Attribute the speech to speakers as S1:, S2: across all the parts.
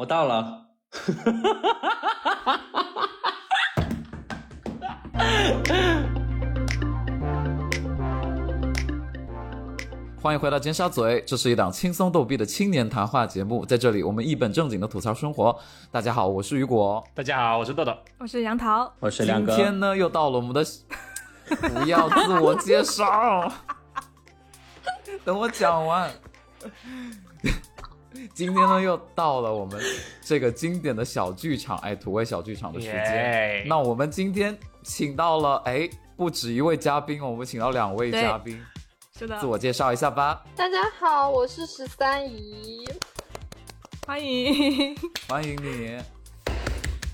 S1: 我到了。
S2: 欢迎回到尖沙咀，这是一档轻松逗逼的青年谈话节目，在这里我们一本正经的吐槽生活。大家好，我是雨果。
S3: 大家好，我是豆豆。
S4: 我是杨桃，
S1: 我是亮
S2: 今
S1: 哥，
S2: 天呢，又到了我们的 不要自我介绍，等我讲完。 今天呢，又到了我们这个经典的小剧场，哎，土味小剧场的时间。
S3: 耶
S2: 那我们今天请到了，哎，不止一位嘉宾哦，我们请到两位
S4: 对
S2: 嘉宾，
S4: 是的
S2: 自，我介绍一下吧。
S5: 大家好，我是十三姨，
S4: 欢迎。
S2: 欢迎你。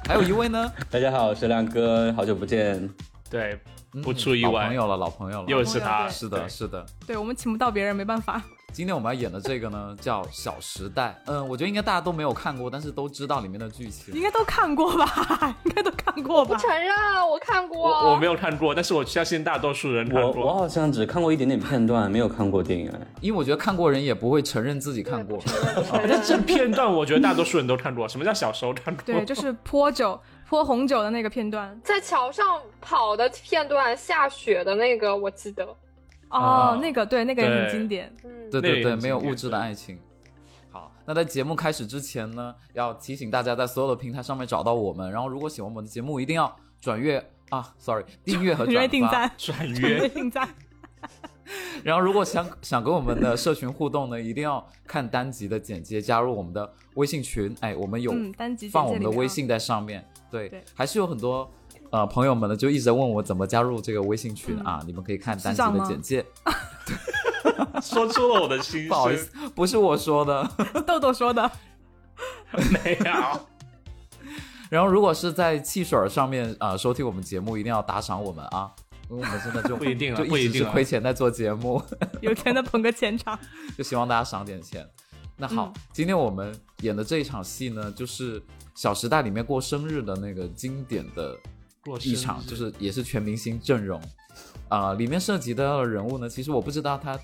S2: 还有一位呢，
S1: 大家好，我是亮哥，好久不见。
S3: 对，
S2: 嗯
S3: 不出意外
S2: 老朋友了，老朋友了，
S3: 又是他，
S4: 对
S2: 是的，
S3: 对
S2: 是的。
S4: 对我们请不到别人，没办法。
S2: 今天我们要演的这个呢，叫《小时代》。嗯，我觉得应该大家都没有看过，但是都知道里面的剧
S4: 应
S2: 情。
S4: 该都看过吧？应该都看过
S5: 不
S4: 吧？
S5: 承认我看过，
S3: 我我没有看过，但是我相信大多数人看
S1: 我我
S3: 过。
S1: 好像只看过一点点片段，没有看过电影。 哎，
S2: 因为我觉得看过人也不会承认自己看过。
S3: 哎但这片段我觉得大多数人都看过。什么叫小时候看过？
S4: 对，就是泼酒、泼红酒的那个片段。
S5: 在桥上跑的片段，下雪的那个我记得，
S4: 哦
S3: 啊，
S4: 那个对，那个也
S3: 对
S4: 很经典。
S5: 嗯，
S2: 对
S3: 那
S2: 对
S3: 也
S2: 对，
S3: 很
S2: 没有
S3: 经典
S2: 物质的爱情。好，那在节目开始之前呢，要提醒大家在所有的平台上面找到我们。然后，如果喜欢我们的节目，一定要转阅啊，sorry，订阅和
S4: 准备
S2: 转
S4: 定
S2: 发。
S4: 赞，
S3: 转
S4: 准备
S3: 约
S4: 定赞。
S2: 然后，如果想想跟我们的社群互动呢，一定要看单集的简介，加入我们的微信群。哎，我们有
S4: 嗯，单集简介
S2: 放我们的
S4: 里面啊
S2: 微。信在上面。对，
S4: 对
S2: 还是有很多呃朋友们呢，就一直在问我怎么加入这个微信群啊。你们可以看单集
S4: 嗯是这样
S2: 的
S4: 吗
S2: 简介。
S3: 说出了我的心声。
S2: 不好意思，不是我说的。
S4: 豆豆说的，
S3: 没有。
S2: 然后，如果是在汽水儿上面啊、呃收听我们节目，一定要打赏我们啊，因为我们真的就
S3: 不一定啊
S2: 就
S3: 不一
S2: 一直
S3: 定
S2: 是
S3: 啊
S2: 亏钱在做节目，
S4: 有钱的捧个 钱场。
S2: 就希望大家赏点钱。那好，今天我们演的这一场戏呢，就是《小时代》里面过生日的那个经典的
S3: 过生
S2: 一
S3: 日
S2: 场，就是也是全明星阵容。啊、里面涉及到的人物呢，其实我不知道他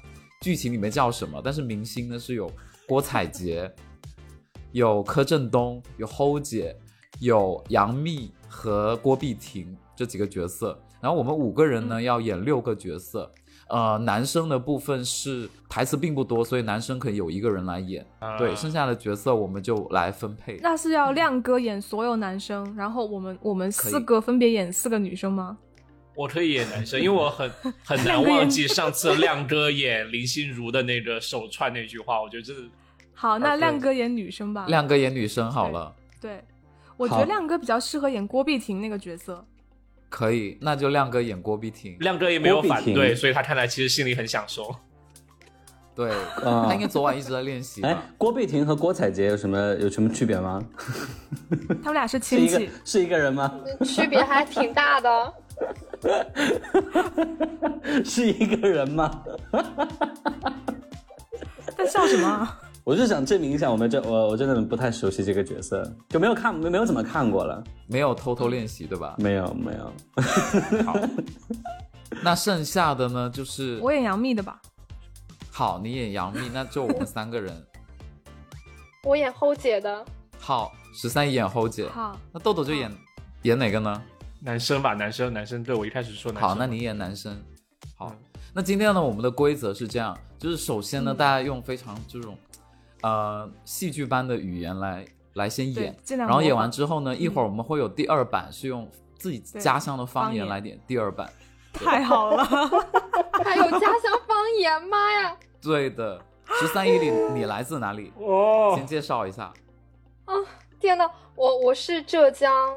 S2: 剧情里面叫什么，但是明星呢是有郭采洁、有柯震东、有齁姐、有杨幂和郭碧婷这几个角色。然后我们五个人呢、要演六个角色，呃，男生的部分是台词并不多，所以男生可以有一个人来演，
S3: 啊
S2: 对，剩下的角色我们就来分配。
S4: 那是要亮哥演所有男生，然后我们我们
S2: 可以
S4: 四个分别演四个女生吗？
S3: 我可以演男生，因为我很很难忘记上次亮哥演林心如的那个手串那句话，我觉得这是
S4: 好，那
S3: 啊对
S4: 亮哥演女生吧。
S2: 呃亮哥演女生好了，
S4: 对，我觉得
S1: 好
S4: 亮哥比较适合演郭碧婷那个 角色。
S2: 可以，那就亮哥演郭碧婷。
S3: 亮哥也没有
S1: 郭碧
S3: 反
S1: 婷
S3: 对，所以他看来其实心里很享受。
S2: 对，
S3: 啊
S1: 嗯
S2: 他应该昨晚一直在练习
S1: 哎
S2: 吧？，
S1: 郭碧婷和郭采洁有什么有什么区别 吗？
S4: 他们俩是
S1: 是
S4: 亲
S1: 一个
S4: 戚，
S1: 是一个人吗？
S5: 区别还挺 大的。
S1: 是一个人吗？
S4: 在笑什 么啊？
S1: 我就想证明一下，我们这我我真的不太熟悉这个角色，就没有看没没有怎么看过了，
S2: 没有偷偷练习对吧？
S1: 没有没有。
S3: 好，
S2: 那剩下的呢，就是
S4: 我演杨幂的吧。
S2: 好，你演杨幂，那就我们三个人。
S5: 我演齁姐的，
S2: 好，十三姨演侯姐，
S4: 好，
S2: 那豆豆就演演哪个呢？
S3: 男生吧，男生，男生，对我一开始说男生。嗯
S2: 好，那你演男生。好，那今天呢，我们的规则是这样，就是首先
S4: 嗯
S2: 呢，大家用非常这种呃戏剧般的语言来来先
S4: 对
S2: 演，，
S4: 尽量
S2: 然后
S4: 模仿。嗯
S2: 演完之后呢，一会儿我们会有第二版，是用自己
S4: 对
S2: 家乡的方
S4: 方
S2: 言
S4: 言
S2: 来演第二版。
S4: 太 好了，
S5: 还有家乡方言，妈呀！
S2: 对的，十三姨，你你来自哪里？
S3: 哦
S2: 先介绍一下。
S5: 天呐，我我是浙江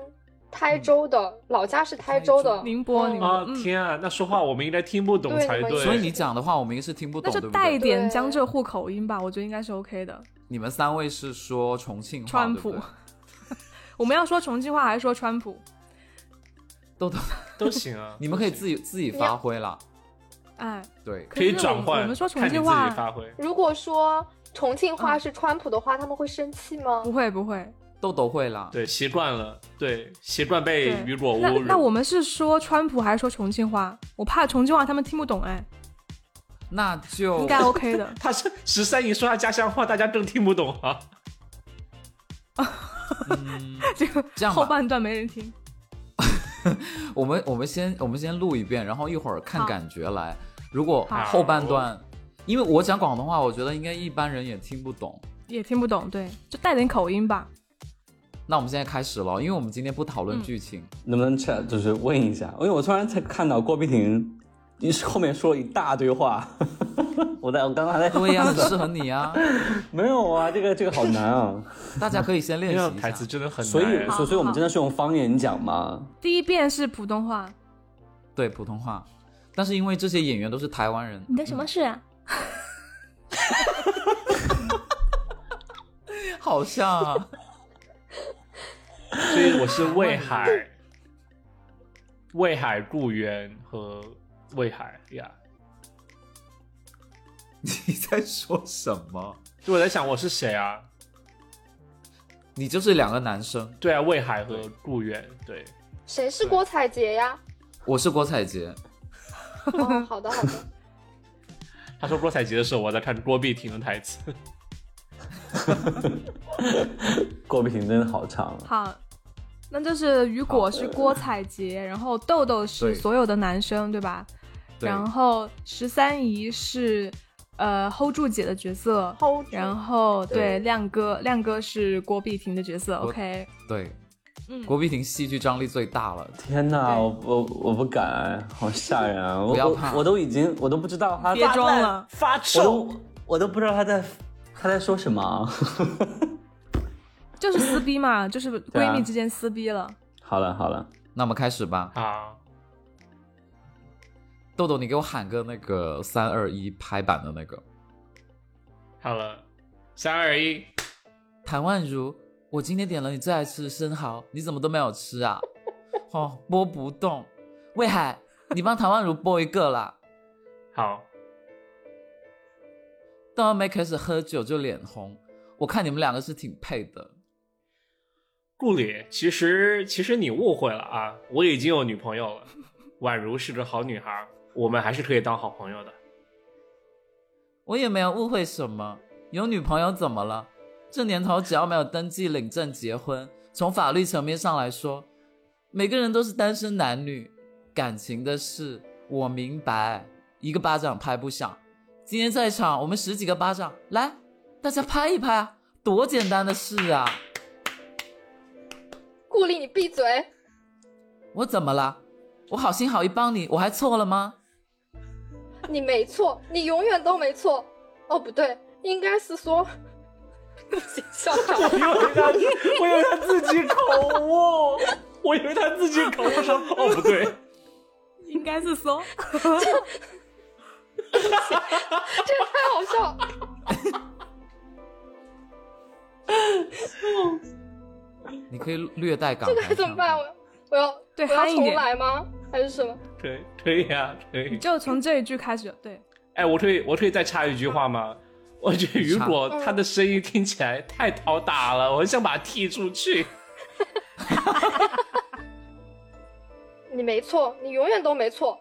S5: 台州的，老家是台州
S2: 台
S5: 的
S2: 州，
S4: 宁波，宁波
S3: 啊，
S4: 嗯，
S3: 天啊，那说话我们应该听不懂
S5: 对
S3: 才
S5: 你们
S3: 对。
S2: 所以你讲的话，我们应该是听不
S4: 那
S2: 懂，对
S4: 就
S2: 不
S4: 带一
S2: 对？
S4: 点
S5: 对
S4: 江浙沪口音吧，我觉得应该是 OK 的。
S2: 你们三位是说重庆话，
S4: 川
S2: 对
S4: 普
S2: 不对，
S4: 我们要说重庆话还是说川普
S2: 豆豆，
S3: 都行啊，
S2: 你们可以自己自己发挥啦。
S4: 哎，
S2: 对，
S3: 可以
S4: 是我
S3: 转
S4: 们
S3: 换，
S4: 我们说重
S3: 看你
S4: 庆
S3: 自
S4: 话
S3: 己发挥。
S5: 如果说重庆话是川普的话，他们会生气吗？
S4: 不会不会。
S2: 豆豆会啦。
S3: 对，习惯了，对，习惯被
S4: 对
S3: 雨果
S2: 哦
S4: 那
S3: 侮辱。
S4: 那我们是说川普还是说重庆话？我怕重庆话他们听不懂，哎，
S2: 那
S4: 应
S2: 就
S4: 该 OK 的。
S3: 他是十三姨说他家乡话，大家更听不懂啊。
S2: 嗯，
S4: 这个
S2: 这样吧
S4: 后半段没人听。
S2: 我们我们先我们先录一遍，然后一会儿看
S4: 好
S2: 感觉来。如果
S4: 好
S2: 后半段，因为我讲广东话，我觉得应该一般人也听不懂。
S4: 也听不懂，对，就带点口音吧。
S2: 那我们现在开始了，因为我们今天不讨论
S4: 嗯
S2: 剧情。
S1: 能不能这就是问一下？因为我突然才看到郭碧婷一后面说了一大堆话， 我在我刚刚还在
S2: 对呀、很适合你 啊！
S1: 没有啊，这个这个好难啊。
S2: 大家可以先练
S3: 那
S2: 习
S3: 个
S2: 一
S3: 台词
S2: 下。
S3: 真的很难。
S1: 所以
S4: 好
S1: 所以我们
S4: 好
S1: 真的是用方言讲吗？
S4: 第一遍是普通话，
S2: 对普通话，但是因为这些演员都是台湾人，
S4: 你的什么事啊？
S2: 好像啊，
S3: 所以我是魏海，魏海顾源和魏海呀。
S2: 你在说什么？
S3: 就我在想我是谁啊？
S2: 你就是两个男生，
S3: 对啊，魏海和顾源，对，
S5: 谁是郭采洁呀？
S2: 我是郭采洁。
S5: 哦，好的好 的，
S3: 他说郭采洁的时候，我在看郭碧婷的台词。
S1: 郭碧婷真的好长啊，
S4: 好，那就是雨果是郭采洁，然后豆豆
S2: 对
S4: 是所有的男生，对吧？
S2: 对，
S4: 然后十三姨是呃 hold 住姐的角色
S5: hold 住
S4: 然后对
S2: 对
S4: 亮哥，亮哥是郭碧婷的角色，OK，
S2: 对，
S4: 嗯，
S2: 郭碧婷戏剧张力最大了。
S1: 天哪，
S4: 对
S1: 我我我不敢，好吓人啊！我
S2: 不要
S1: 我
S2: 怕
S1: 我都已经我都不知道他
S4: 别装了，
S1: 发臭，我都不知道他在他在说什么。啊
S4: 就是撕逼嘛，就是
S1: 对啊
S4: 闺蜜之间撕逼了。
S1: 好了好了，
S2: 那我们开始吧，
S3: 啊，
S2: 豆豆，你给我喊个那个三二一拍板的那个。
S3: 好了，三二一，
S2: 谭万如，我今天点了你最爱吃的生蚝，你怎么都没有吃啊？ 哦，剥不动。魏海，你帮谭万如剥一个啦。
S3: 好，
S2: 到还没开始喝酒就脸红，我看你们两个是挺配的。
S3: 顾里，其实其实你误会了啊，我已经有女朋友了，宛如是个好女孩，我们还是可以当好朋友的。
S2: 我也没有误会什么，有女朋友怎么了？这年头只要没有登记领证结婚，从法律层面上来说，每个人都是单身男女。感情的事，我明白，一个巴掌拍不响。今天在场我们十几个巴掌，来，大家拍一拍啊，多简单的事啊！
S5: 顾里你闭嘴，
S2: 我怎么了？我好心好意帮你，我还错了吗？
S5: 你没错，你永远都没错。哦，不对，应该是说，不行，笑场了。
S3: 因为他，我以为他自己口误，我以为他自己口误说，哦不对，
S4: 应该是说，
S5: 这个太好笑了。
S2: 你可以略带感。
S5: 这个还怎么办？？我我要
S4: 对
S5: 我要
S4: 憨一
S5: 重
S4: 点
S5: 来吗？还是什么？
S3: 可以可以啊，可以
S4: 你。 就从这一句开始，对，
S3: 哎，我可以我可以再插一句话吗？我觉得雨果
S5: 插
S3: 他的声音听起来太讨打了，我很想把他踢出去。
S5: 你没错，你永远都没错。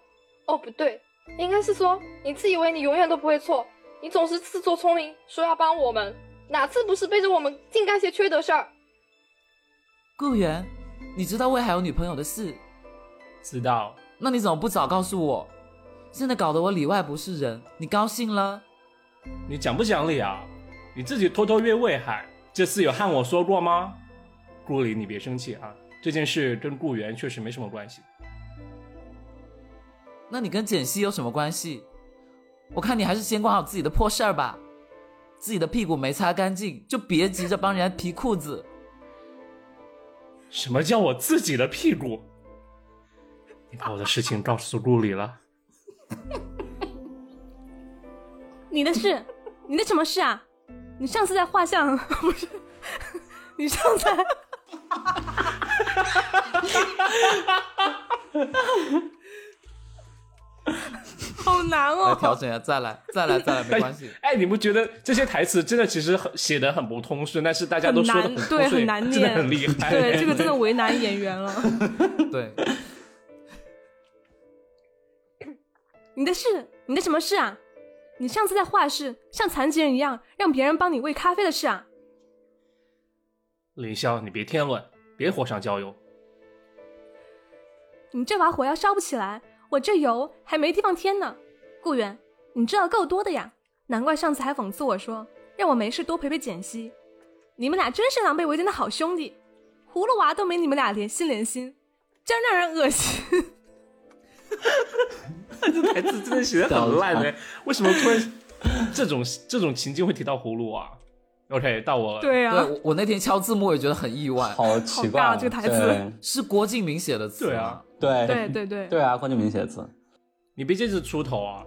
S5: 哦，不对，应该是说你自以为你永远都不会错，你总是自作聪明，说要帮我们，哪次不是背着我们净干些缺德事儿？
S2: 顾源，你知道魏海有女朋友的事，
S3: 知道，
S2: 那你怎么不早告诉我？现在搞得我里外不是人，你高兴了？
S3: 你讲不讲理啊？你自己偷偷约魏海，这次有和我说过吗？顾里，你别生气啊，这件事跟顾源确实没什么关系。
S2: 那你跟简溪有什么关系？我看你还是先管好自己的破事儿吧，自己的屁股没擦干净，就别急着帮人家提裤子。
S3: 什么叫我自己的屁股？你把我的事情告诉顾里了？
S4: 你的事， 你的什么事啊？你上次在画像 不是？你上次在 好难
S2: 来
S4: 哦，
S2: 调整一下，再来，再来，再来，没关系。
S3: 哎，你不觉得这些台词真的其实很写的很不通顺，但是大家都说的
S4: 很难对很难
S3: 真的
S4: 念
S3: 很厉害。
S4: 对，这个真的为难演员了。
S2: 对，
S4: 你的事，你的什么事啊？你上次在画室像残疾人一样让别人帮你喂咖啡的事啊？
S3: 凌霄，你别添乱，别火上浇油。
S4: 你这把火要烧不起来，我这油还没地方添呢。顾源，你知道够多的呀，难怪上次还讽刺我说让我没事多陪陪简溪。你们俩真是狼狈为奸的好兄弟，葫芦娃都没你们俩连心连心，真让人恶心。
S3: 哎这台词真的写的很烂呢，为什么突然 这种这种情境会提到葫芦娃、OK，到我了。
S4: 对
S2: 对
S4: 啊，
S2: 我我那天敲字幕也觉得很意外，
S1: 好奇怪、
S4: 好
S1: 啊，
S4: 尬这个台
S1: 对
S4: 词
S2: 是郭敬明写的词
S3: 对
S2: 吗
S3: 啊？
S1: 对
S4: 对对对，
S1: 对啊，郭敬明写的词，
S3: 你别这次出头啊！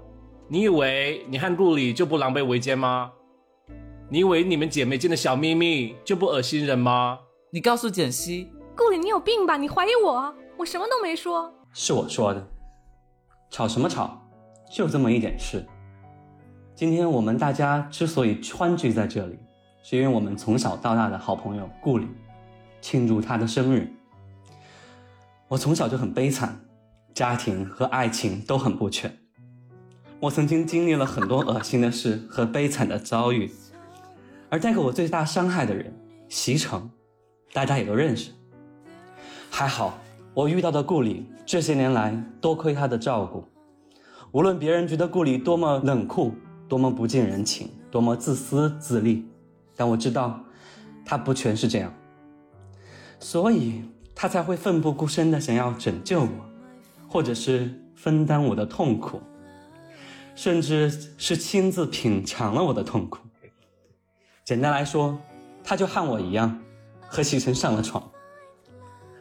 S3: 你以为你和顾里就不狼狈为奸吗？你以为你们姐妹间的小秘密就不恶心人吗？
S2: 你告诉简溪，
S4: 顾里你有病吧？你怀疑我？我什么都没说。
S1: 是我说的。吵什么吵？就这么一点事。今天我们大家之所以欢聚在这里，是因为我们从小到大的好朋友顾里庆祝他的生日。我从小就很悲惨，家庭和爱情都很不全。我曾经经历了很多恶心的事和悲惨的遭遇，而带给我最大伤害的人，席城，大家也都认识。还好，我遇到的顾里这些年来，多亏他的照顾。无论别人觉得顾里多么冷酷，多么不近人情，多么自私自利，但我知道，他不全是这样，所以他才会奋不顾身的想要拯救我，或者是分担我的痛苦，甚至是亲自品尝了我的痛苦。简单来说，他就和我一样，和席晨上了床。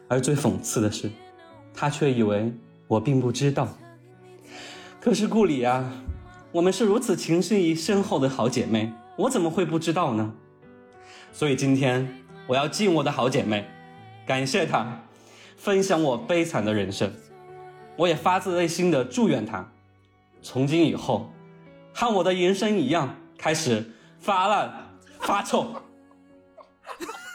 S1: 而最讽刺的是，他却以为我并不知道。可是顾里啊，我们是如此情深深厚的好姐妹，我怎么会不知道呢？所以今天我要敬我的好姐妹，感谢她，分享我悲惨的人生。我也发自内心的祝愿她，从今以后，和我的人生一样，开始发烂发臭。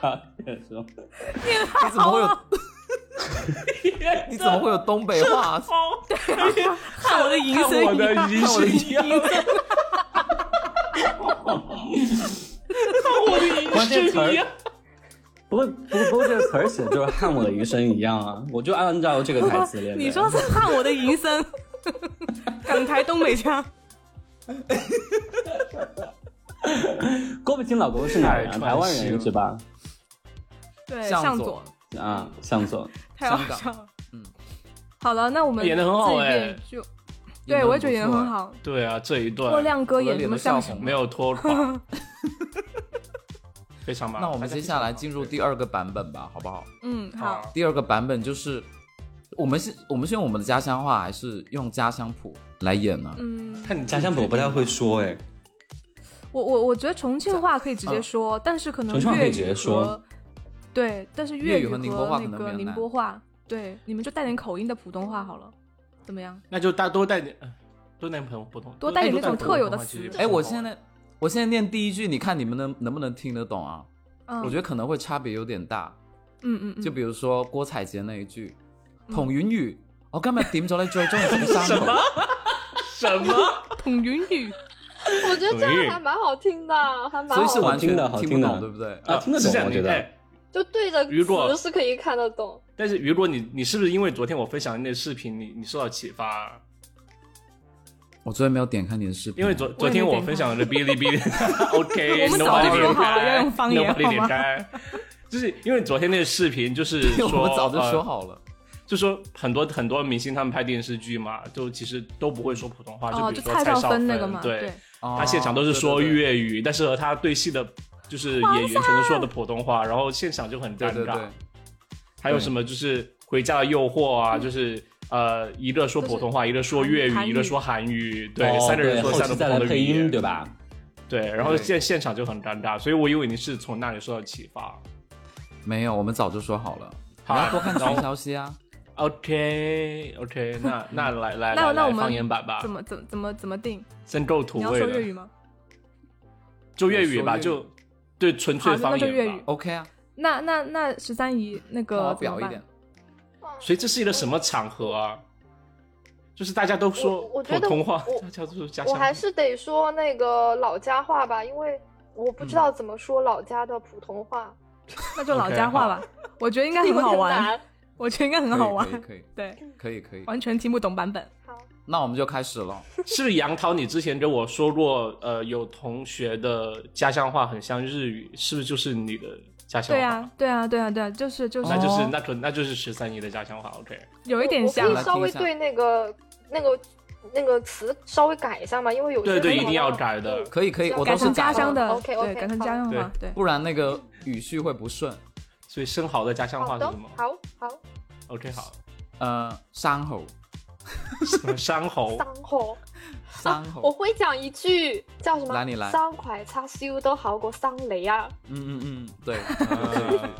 S1: 啊，说。
S2: 你怎么会有？你怎么会有东北 话？
S4: 看我的银
S3: 看我
S4: 森
S3: 的
S4: 一样，
S3: 疑神疑样，看我的
S1: 关键
S3: 疑
S1: 词
S3: 神
S1: 儿
S3: 疑样。
S1: 不过不过不过这个词儿写的就是和我的余生一样啊，我就按照这个台词练的。
S4: 你说是看我的银森， 港台东北腔。
S1: 郭美清老公是哪人啊？
S3: 太
S1: 台湾人
S3: 传奇了
S1: 是吧？
S4: 对，
S2: 向
S4: 向
S2: 左
S4: 左，
S1: 啊，向左。
S4: 太好
S2: 香港
S4: 笑了。
S2: 嗯，
S4: 好了，那我们
S3: 演得很好
S4: 这一
S3: 哎
S4: 遍就对我也觉得演得很。好。
S3: 对啊，这一
S4: 郭
S3: 段
S4: 亮哥
S2: 我的
S4: 演什
S2: 脸
S4: 么
S2: 都
S4: 像
S2: 笑
S4: 什
S2: 红
S4: 么？
S3: 没有拖 垮，非常棒。
S2: 那我们接下来进入第二个版本吧，好不好？
S4: 嗯，好，
S3: 好，
S2: 第二个版本就是，我们是我们是用我们的家乡话，还是用家乡谱来演呢？
S4: 嗯，
S3: 看你
S1: 家乡我不太会说哎，
S4: 我我我觉得重庆话可以直接说，但是可能
S1: 重庆话可
S4: 粤
S1: 以
S4: 语
S1: 直接
S4: 和
S1: 说
S4: 对，但是
S2: 粤
S4: 粤
S2: 语和
S4: 和
S2: 宁波话可
S4: 那
S2: 能比
S4: 个
S2: 较
S4: 宁
S2: 难
S4: 波话，对，你们就带点口音的普通话好了，怎么样？
S3: 那就大多带点，呃多带点普通普通，
S4: 多带点那种特有的词
S2: 哎，我现在我现在念第一句，你看你们能能不能听得懂啊？
S4: 嗯，
S2: 我觉
S4: 得，
S2: 得可能会差别有点大。
S4: 嗯嗯嗯，嗯
S2: 就比如说郭采洁那一句，彭哦于晏，我今日點咗你最中意嘅三
S3: 什
S2: 個
S3: 么什么？
S4: 统云雨，
S5: 我觉得这样还蛮好听的，啊还蛮
S2: 所以
S5: 好
S2: 是完全
S1: 好
S2: 听
S1: 听
S2: 不
S1: 的好
S2: 懂，
S1: 听的
S2: 对不对？
S1: 啊听得懂
S3: 是这样
S1: 我觉得
S3: 你哎
S5: 就对着
S3: 雨果
S5: 词是可以看得懂。
S3: 但是雨果，你你是不是因为昨天我分享的那个视频，你你受到启发啊、
S2: 我昨天没有点开你的视频，
S3: 因为昨
S4: 嗯
S3: 昨天我分享的哔哩哔哩 ，OK，
S4: 我们早就
S3: nobody
S4: 说
S3: 点
S4: 好了
S3: 开
S4: 要用方言
S3: nobody
S4: 好吗
S3: 点开，就是因为昨天那个视频，就是
S2: 因为
S3: 说
S2: 我们早就说
S3: 呃
S2: 好了，
S3: 就说很多很多明星他们拍电视剧嘛，就其实都不会说普通话，
S4: 哦，
S3: 啊比
S4: 就
S3: 如说
S4: 蔡
S3: 蔡
S4: 少
S3: 少
S4: 芬那个嘛，
S3: 对，
S4: 对，
S2: 哦
S3: 他现场都是说
S2: 对对对
S3: 粤语，但是和他对戏的，就是演员全都说的普通话，然后现场就很尴尬。
S2: 对对对，
S3: 还有什么就是《回家的诱惑》啊，就是呃，一个说普通话，一个说粤
S4: 嗯韩
S3: 语，
S4: 语
S3: 一个说韩语，对，
S1: 哦
S3: 三个人说
S1: 后期
S3: 三种不
S1: 再
S3: 同
S1: 来
S3: 的
S1: 配
S3: 语言，
S1: 音对吧？
S3: 对，然后
S2: 对
S3: 现现场就很尴尬，所以我以为你是从那里受到启发。
S2: 没有，我们早就说好 了，你
S3: 好啊
S2: 要多看群消息啊。
S3: OK OK，那那来来
S4: 那
S3: 来
S4: 那我
S3: 来
S4: 们
S3: 方言版吧
S4: 怎，么怎么怎么怎么定？
S3: 真够土
S4: 你要
S3: 味
S4: 说粤语
S3: 啊的，
S4: 吗？
S3: 就粤语吧，
S2: 我说粤语
S3: 就对纯粹
S4: 好那
S3: 方
S4: 就粤
S3: 言
S4: 语
S3: 吧。
S2: OK 啊，
S4: 那那那十三姨那
S2: 好
S4: 个怎么
S2: 表一
S4: 办
S2: 点，
S3: 所以这是一个什么场合啊？就是大家都说
S5: 我我觉
S3: 普
S5: 得
S3: 通话
S5: 我，
S3: 大家都说家
S5: 我
S3: 乡话。
S5: 还是得说那个老家话吧，因为我不知
S3: 嗯
S5: 道怎么说老家的普通话，
S4: 那就老家话吧。我觉得应该
S5: 这
S4: 很
S5: 个
S4: 好玩，
S5: 难。嗯
S4: 我觉得应该很好玩。
S2: 可以
S4: 对，
S2: 可以可以可以可以。
S4: 完全听不懂版本。
S5: 好，
S2: 那我们就开始了。
S3: 是不是杨桃？你之前跟我说过，呃，有同学的家乡话很像日语，是不是就是你的家乡话？
S4: 对啊，对啊，对啊，对啊，就是就是
S3: 那就是、
S2: 哦
S3: 那可那就是十三姨的家乡话。OK，
S4: 有一点像
S5: 我
S2: 我可
S5: 可以
S2: 以
S5: 稍
S2: 稍
S5: 微
S2: 微
S5: 对
S2: 对
S5: 那个那个那个词稍微改一下嘛，因为有些
S3: 对对
S5: 地方
S3: 一定要改的
S5: 嗯
S2: 可以可以，我
S4: 改
S2: 都是
S4: 成家
S2: 改
S4: 乡的，
S5: OK，OK，
S4: 对，改成家乡的话，对。
S2: 不然那个语序会不顺。
S3: 所以生蚝的家乡
S5: 好
S3: 话是
S5: 的
S3: 什么，哦
S5: 好好，
S3: ？OK，好，
S2: 呃，山猴，
S3: 什么山猴？
S5: 伤
S3: 哦
S5: 口。
S2: 山
S4: 啊
S5: 我
S2: 猴，
S4: 哦
S5: 会讲一句叫什么？
S2: 来你来
S5: 三块叉烧都好过三雷啊！
S2: 嗯嗯嗯，对，
S3: 呃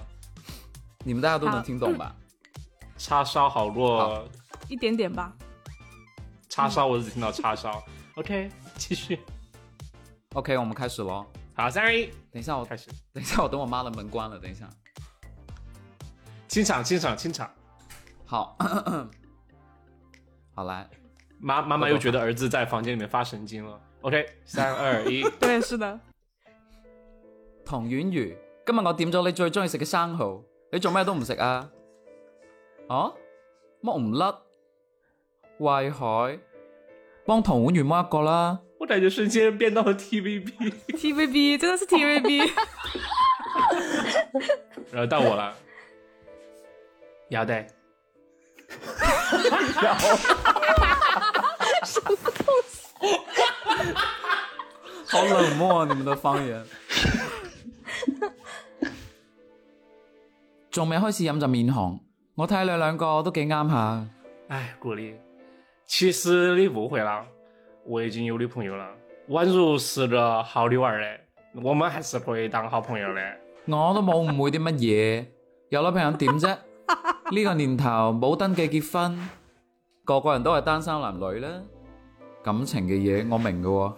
S2: 你们大家都能听懂吧？
S3: 叉烧好过
S2: 好
S4: 一点点吧。
S3: 呃叉烧，我只听到叉烧。OK，继续。
S2: OK，我们开始喽。
S3: 好，三二一，
S2: 等一下我，
S3: 开始。
S2: 等一下我等我妈的门关了，等一下。
S3: 清场，清场，清场。
S2: 好， 好来，
S3: 妈妈妈又觉得儿子在房间里面发神经了。OK，三二一，
S4: 对，是的，
S2: 唐婉如，今日我點咗你最中意食嘅生蠔，你做咩都唔食啊？啊？剝唔甩？喂海，幫唐婉如剝一個啦。
S3: 我感觉瞬间变到了 TVB。
S4: TVB 真的是 TVB，
S3: 然后到 我了，腰带。
S2: 好冷漠、啊，你们的方言。 仲未開始飲就面紅，我睇你兩個都幾啱下。
S3: 哎，鼓励，其实你误会了，我已经有女朋友了。宛如是个好女娃嘞，我们还是可以当好朋友嘞。
S2: 我都冇誤會啲乜嘢，有女朋友點啫？呢個年頭冇登記結婚，個個人都係單身男女啦。感情嘅嘢我明嘅喎，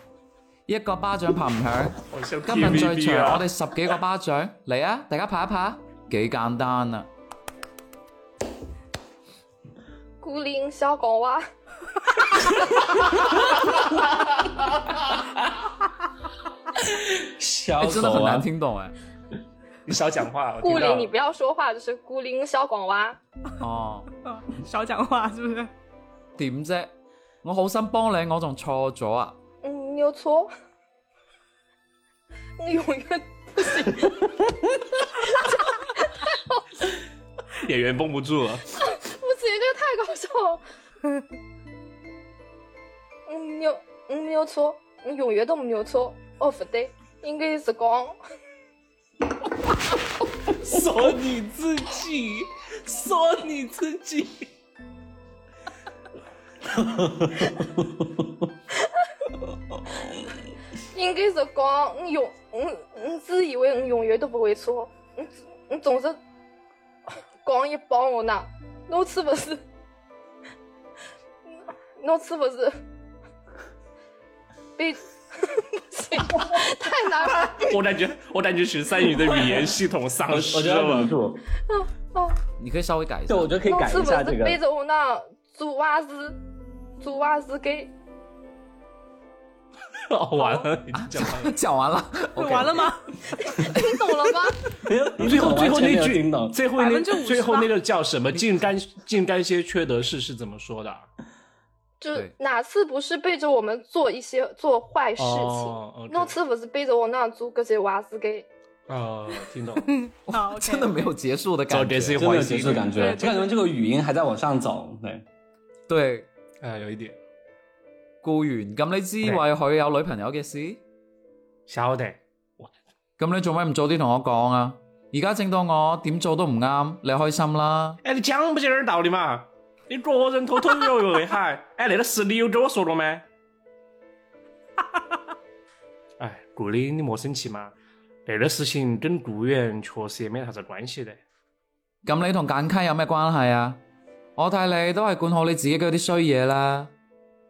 S2: 一個巴掌拍唔響，
S3: 我像
S2: 今日最
S3: TVB
S2: 長
S3: 啊
S2: 我！哋十幾個巴掌嚟啊！大家拍一拍，幾簡單啊！
S5: 孤零小港哇，
S3: 小
S2: 欸真的很
S3: 狗啊
S2: 難，聽懂哎。
S3: 你少讲话。我听
S5: 孤
S3: 到
S5: 零你不要说话，就是孤零小港哇。
S2: 哦，
S4: 少讲话是不是？
S2: 點啫？我好心幫你，我仲錯咗啊！
S5: 嗯，你有错。 我永远
S3: 演员绷不住了。
S5: 不行，这个太搞笑 了。嗯，你有嗯你有错，你永远都没有错。哦，不对，应该是讲。
S3: 说你自己，说你自己。
S5: 应该是讲你永你你自以为嗯你永远都不会错，你你总是讲一帮我呢，侬是不是？侬是不是？被 不行，太难了。
S3: 我感觉，我感觉十三姨的语言系统丧
S1: 我
S3: 失
S1: 觉得要忍
S3: 了。
S1: 住，
S5: 哦，
S2: 你可以稍微改一下
S1: 对，。 我觉得可以
S5: 侬
S1: 改
S5: 是
S1: 一
S5: 不
S1: 下
S5: 是
S1: 这个。
S5: 背着我呢？做娃子，做娃子给
S3: 哦，完了，已经讲完了。
S2: 讲完了，
S4: 完了吗？
S5: 听懂了吗？
S1: 没有，你
S3: 最后最后那
S1: 听
S3: 句，
S1: 懂？
S3: 最后那
S4: 58%
S3: 最后那个叫什么？净干净干些缺德事是怎么说的啊？
S5: 就
S2: 对
S5: 哪次不是背着我们做一些做坏事情？
S3: 哦，OK
S5: 侬是不是背着我那做这些娃子给？
S3: 哦，听懂。
S4: 好，OK，
S2: 真的没有结束的
S3: 走
S2: 感
S3: 这
S2: 觉。
S3: 次
S1: 真的有结束感觉，
S4: 对
S1: 就感觉这个语音还在往上走。对，
S2: 对，
S3: 哎，有一点
S2: 顧源，咁你知
S3: 咩
S2: 為佢有女朋友嘅事，
S3: 晓得。
S2: 咁你做咩唔早啲同我講啊？而家整到我點做都唔啱，你開心啦。
S3: 哎，你讲不讲点道理嘛？你个人偷偷悠悠的嗨，哎，那个事你有跟我说了没？ 哎，顾里，你莫生气嘛，那个事情跟雇员确实也没啥子关系的。
S2: 咁你同簡溪有咩關係啊？我睇你都係管好你自己嗰啲衰嘢啦，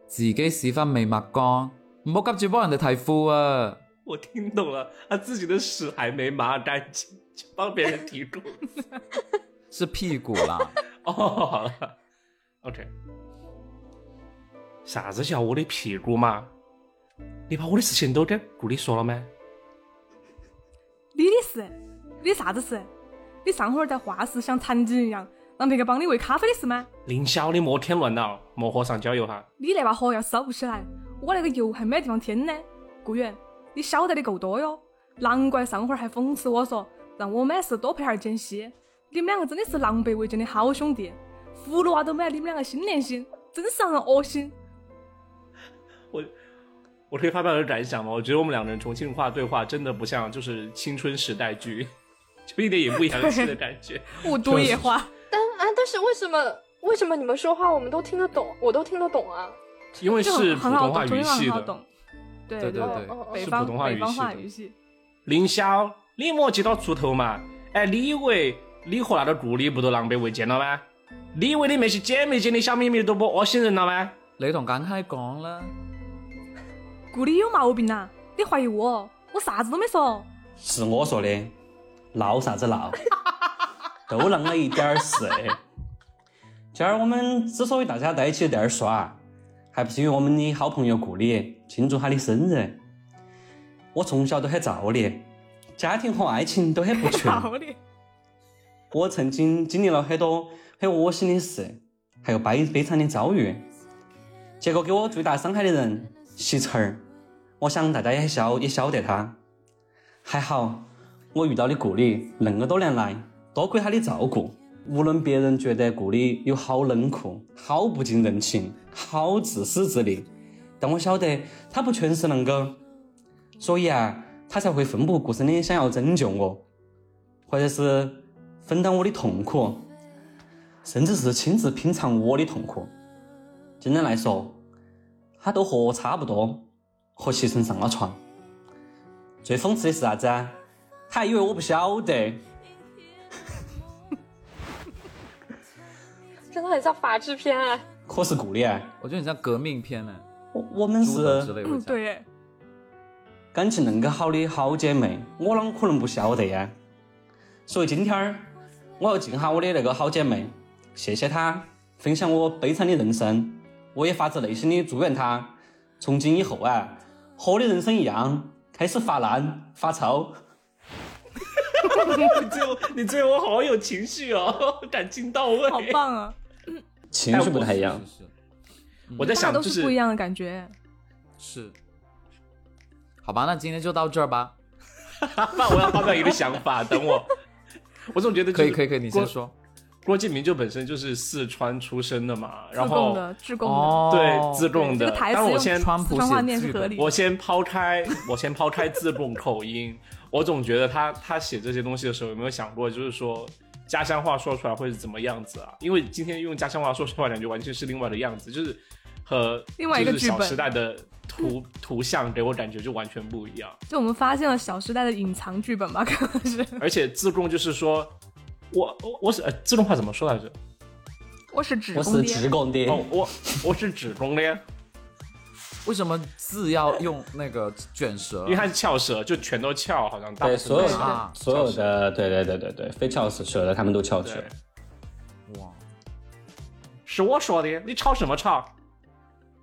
S2: 自己屎忽未抹乾，唔好急住幫人哋提褲啊！
S3: 我听懂了，他自己的屎还没抹干净，就帮别人提供。
S2: 是屁股啦，
S3: 哦，好了，OK。啥子叫我的屁股嘛？你把我的事情都跟顾里说了没？
S4: 你的事，你啥子事？你上会儿在画室像残疾人一样，让别个帮你喂咖啡的事吗？
S3: 凌霄，你莫添乱了，莫火上浇油哈。
S4: 你那把火要烧不起来，我那个油还没地方添呢。顾源，你晓得的够多哟，难怪上回还讽刺我说让我没事多陪点简溪。你们两个真的是狼狈为奸的好兄弟，葫芦娃都没得你们两个心连心，真是让人恶心。
S3: 我可以发表我的感想吗？我觉得我们两个人重庆话对话真的不像就是青春时代剧， 就一点也不洋气的感 觉。
S4: 我多野花，
S5: 但啊，但是为什么为什么你们说话我们都听得懂，我都听得懂啊？
S3: 因为
S4: 就是
S3: 普
S4: 很好
S3: 通
S4: 懂，
S3: 话
S4: 重
S3: 语
S4: 庆话
S3: 系
S4: 很好
S3: 的。
S4: 懂。对
S2: 对
S4: 对
S5: 哦
S2: 对
S5: 哦哦
S4: 北
S3: 是
S4: 方
S3: 普通话
S4: 北
S3: 语
S4: 方
S3: 系
S4: 话
S3: 的
S4: 语系。
S3: 凌霄，你莫去到出头嘛！哎，你以为你和那个顾里不都狼狈为奸了吗？你以为你那些姐妹间的小秘密都哦不恶心人了吗？
S2: 你同简溪讲啦，
S4: 顾里有毛病呐、你怀疑我？我啥子都没说。
S1: 是我说的，闹啥子闹，都那么一点儿事。今儿我们之所以大家在一起在这儿耍，还不是因为我们的好朋友顾里庆祝他的生日。我从小都很造孽，家庭和爱情都很不全。
S4: 好的，
S1: 我曾经经历了很多很恶心的事，还有悲悲惨的遭遇，结果给我最大伤害的人西成儿，我想大家也晓也晓得他。还好我遇到的顾里恁个多年来，多亏他的照顾，无论别人觉得顾里有好冷酷、好不近人情、好自私自利，但我晓得他不全是恁个，所以啊，他才会奋不顾身的想要拯救我。或者是分担我的痛苦，甚至是亲自品尝我的痛苦。简单来说，他都和我差不多，和西城上了床。最讽刺的是啥子啊？他还以为我不晓得，
S5: 这到底叫法制片啊？
S1: 可是顾里啊，
S2: 我觉得你像革命片呢，
S1: 我我们
S2: 猪头之
S1: 是
S2: 类会
S4: 嗯，
S2: 讲。
S4: 对，
S1: 感情恁个好的好姐妹，我啷可能不晓得呀？啊所以今天儿我要敬下我的那个好姐妹，谢谢她分享我悲惨的人生，我也发自内心的祝愿她从今以后啊，和我的人生一样，开始发烂发臭。
S3: 你对我，你对我好有情绪哦， 感情到位。
S4: 好棒啊！
S1: 情绪不太一样
S2: 是，是
S3: 我在
S4: 大家
S3: 想，
S4: 都
S3: 就是
S4: 不一样的感觉。
S2: 是是，好吧，那今天就到这儿吧。
S3: 那我要发表一个想法，等我。 我总觉得
S2: 可以可以
S3: 以。
S2: 可以，你先说。
S3: 郭敬明就本身就是四川出生的嘛，
S4: 自
S3: 然
S4: 贡
S3: 后
S4: 的，自贡的，
S2: 哦，
S3: 对自
S4: 对
S3: 贡
S4: 这
S3: 的。
S4: 个台
S3: 当然，
S4: 词
S3: 我
S4: 用
S3: 先
S2: 川普
S4: 四川话
S2: 写
S4: 念
S2: 剧
S4: 是合
S2: 本
S4: 理的。
S3: 我先抛开，我先抛开自贡口音，我总觉得他他写这些东西的时候，有没有想过，就是说家乡话说出来会是怎么样子啊？因为今天用家乡话说出来，感觉完全是另外的样子，就是和
S4: 另外一个
S3: 就是
S4: 剧本
S3: 小时代的图图像给我感觉就完全不一 样。
S4: 就我们发现了《小时代》的隐藏剧本吧，可能是。
S3: 而且自贡就是说，我我我是、呃、自贡话怎么说来着？
S4: 我是职
S1: 我
S4: 工
S1: 是
S4: 爹，
S1: 职工的，
S3: 哦，我我是指公的，
S2: 为什么字要用那个卷舌？
S3: 因为它是翘舌，就全都翘，好像大
S1: 对
S3: 部分
S1: 所有
S3: 都是
S1: 的
S2: 啊
S1: 所有的，对对对对对，非翘舌舌的他们都翘舌
S3: 对。，
S2: 哇，
S3: 是我说的，你吵什么吵？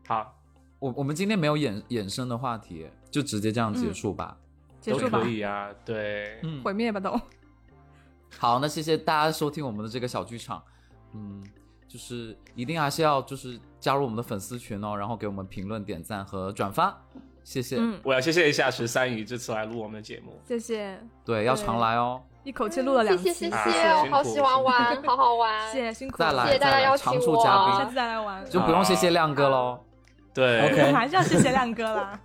S3: 好。
S2: 我我们今天没有衍衍生的话题，就直接这样结束吧。
S4: 结
S3: 都
S4: 束吧
S3: 可，以啊，对，
S2: 嗯
S4: 毁灭吧都。
S2: 好，那谢谢大家收听我们的这个小剧场，嗯，就是一定还是要就是加入我们的粉丝群哦，然后给我们评论、点赞和转发，谢谢。
S4: 嗯，
S3: 我要谢谢一下十三姨这次来录我们的节目，
S4: 谢谢，
S2: 对，要常来哦，
S4: 一口气录了两
S5: 谢
S4: 期，
S5: 嗯谢谢
S3: 啊
S5: 谢，
S3: 辛
S5: 我
S3: 苦
S5: 好喜欢玩，好好 玩。
S4: 谢谢辛苦
S2: 再
S4: 了，
S2: 来
S5: 谢谢大家
S2: 再来
S5: 邀请
S2: 常驻
S5: 我哦
S2: 嘉
S4: 下
S2: 宾
S4: 次，再来玩。
S2: 就不用谢谢亮哥喽。
S3: 对
S1: OK
S4: 还是要谢谢亮哥啦，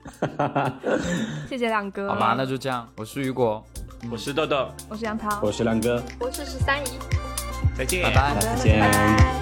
S4: 谢谢亮哥。
S2: 好吧，那就这样，我是雨果，
S3: 我是豆豆，
S4: 我是杨涛，
S1: 我是亮哥，
S5: 我是十三姨，
S3: 再见，
S2: 拜拜。
S1: 再见。
S5: 拜。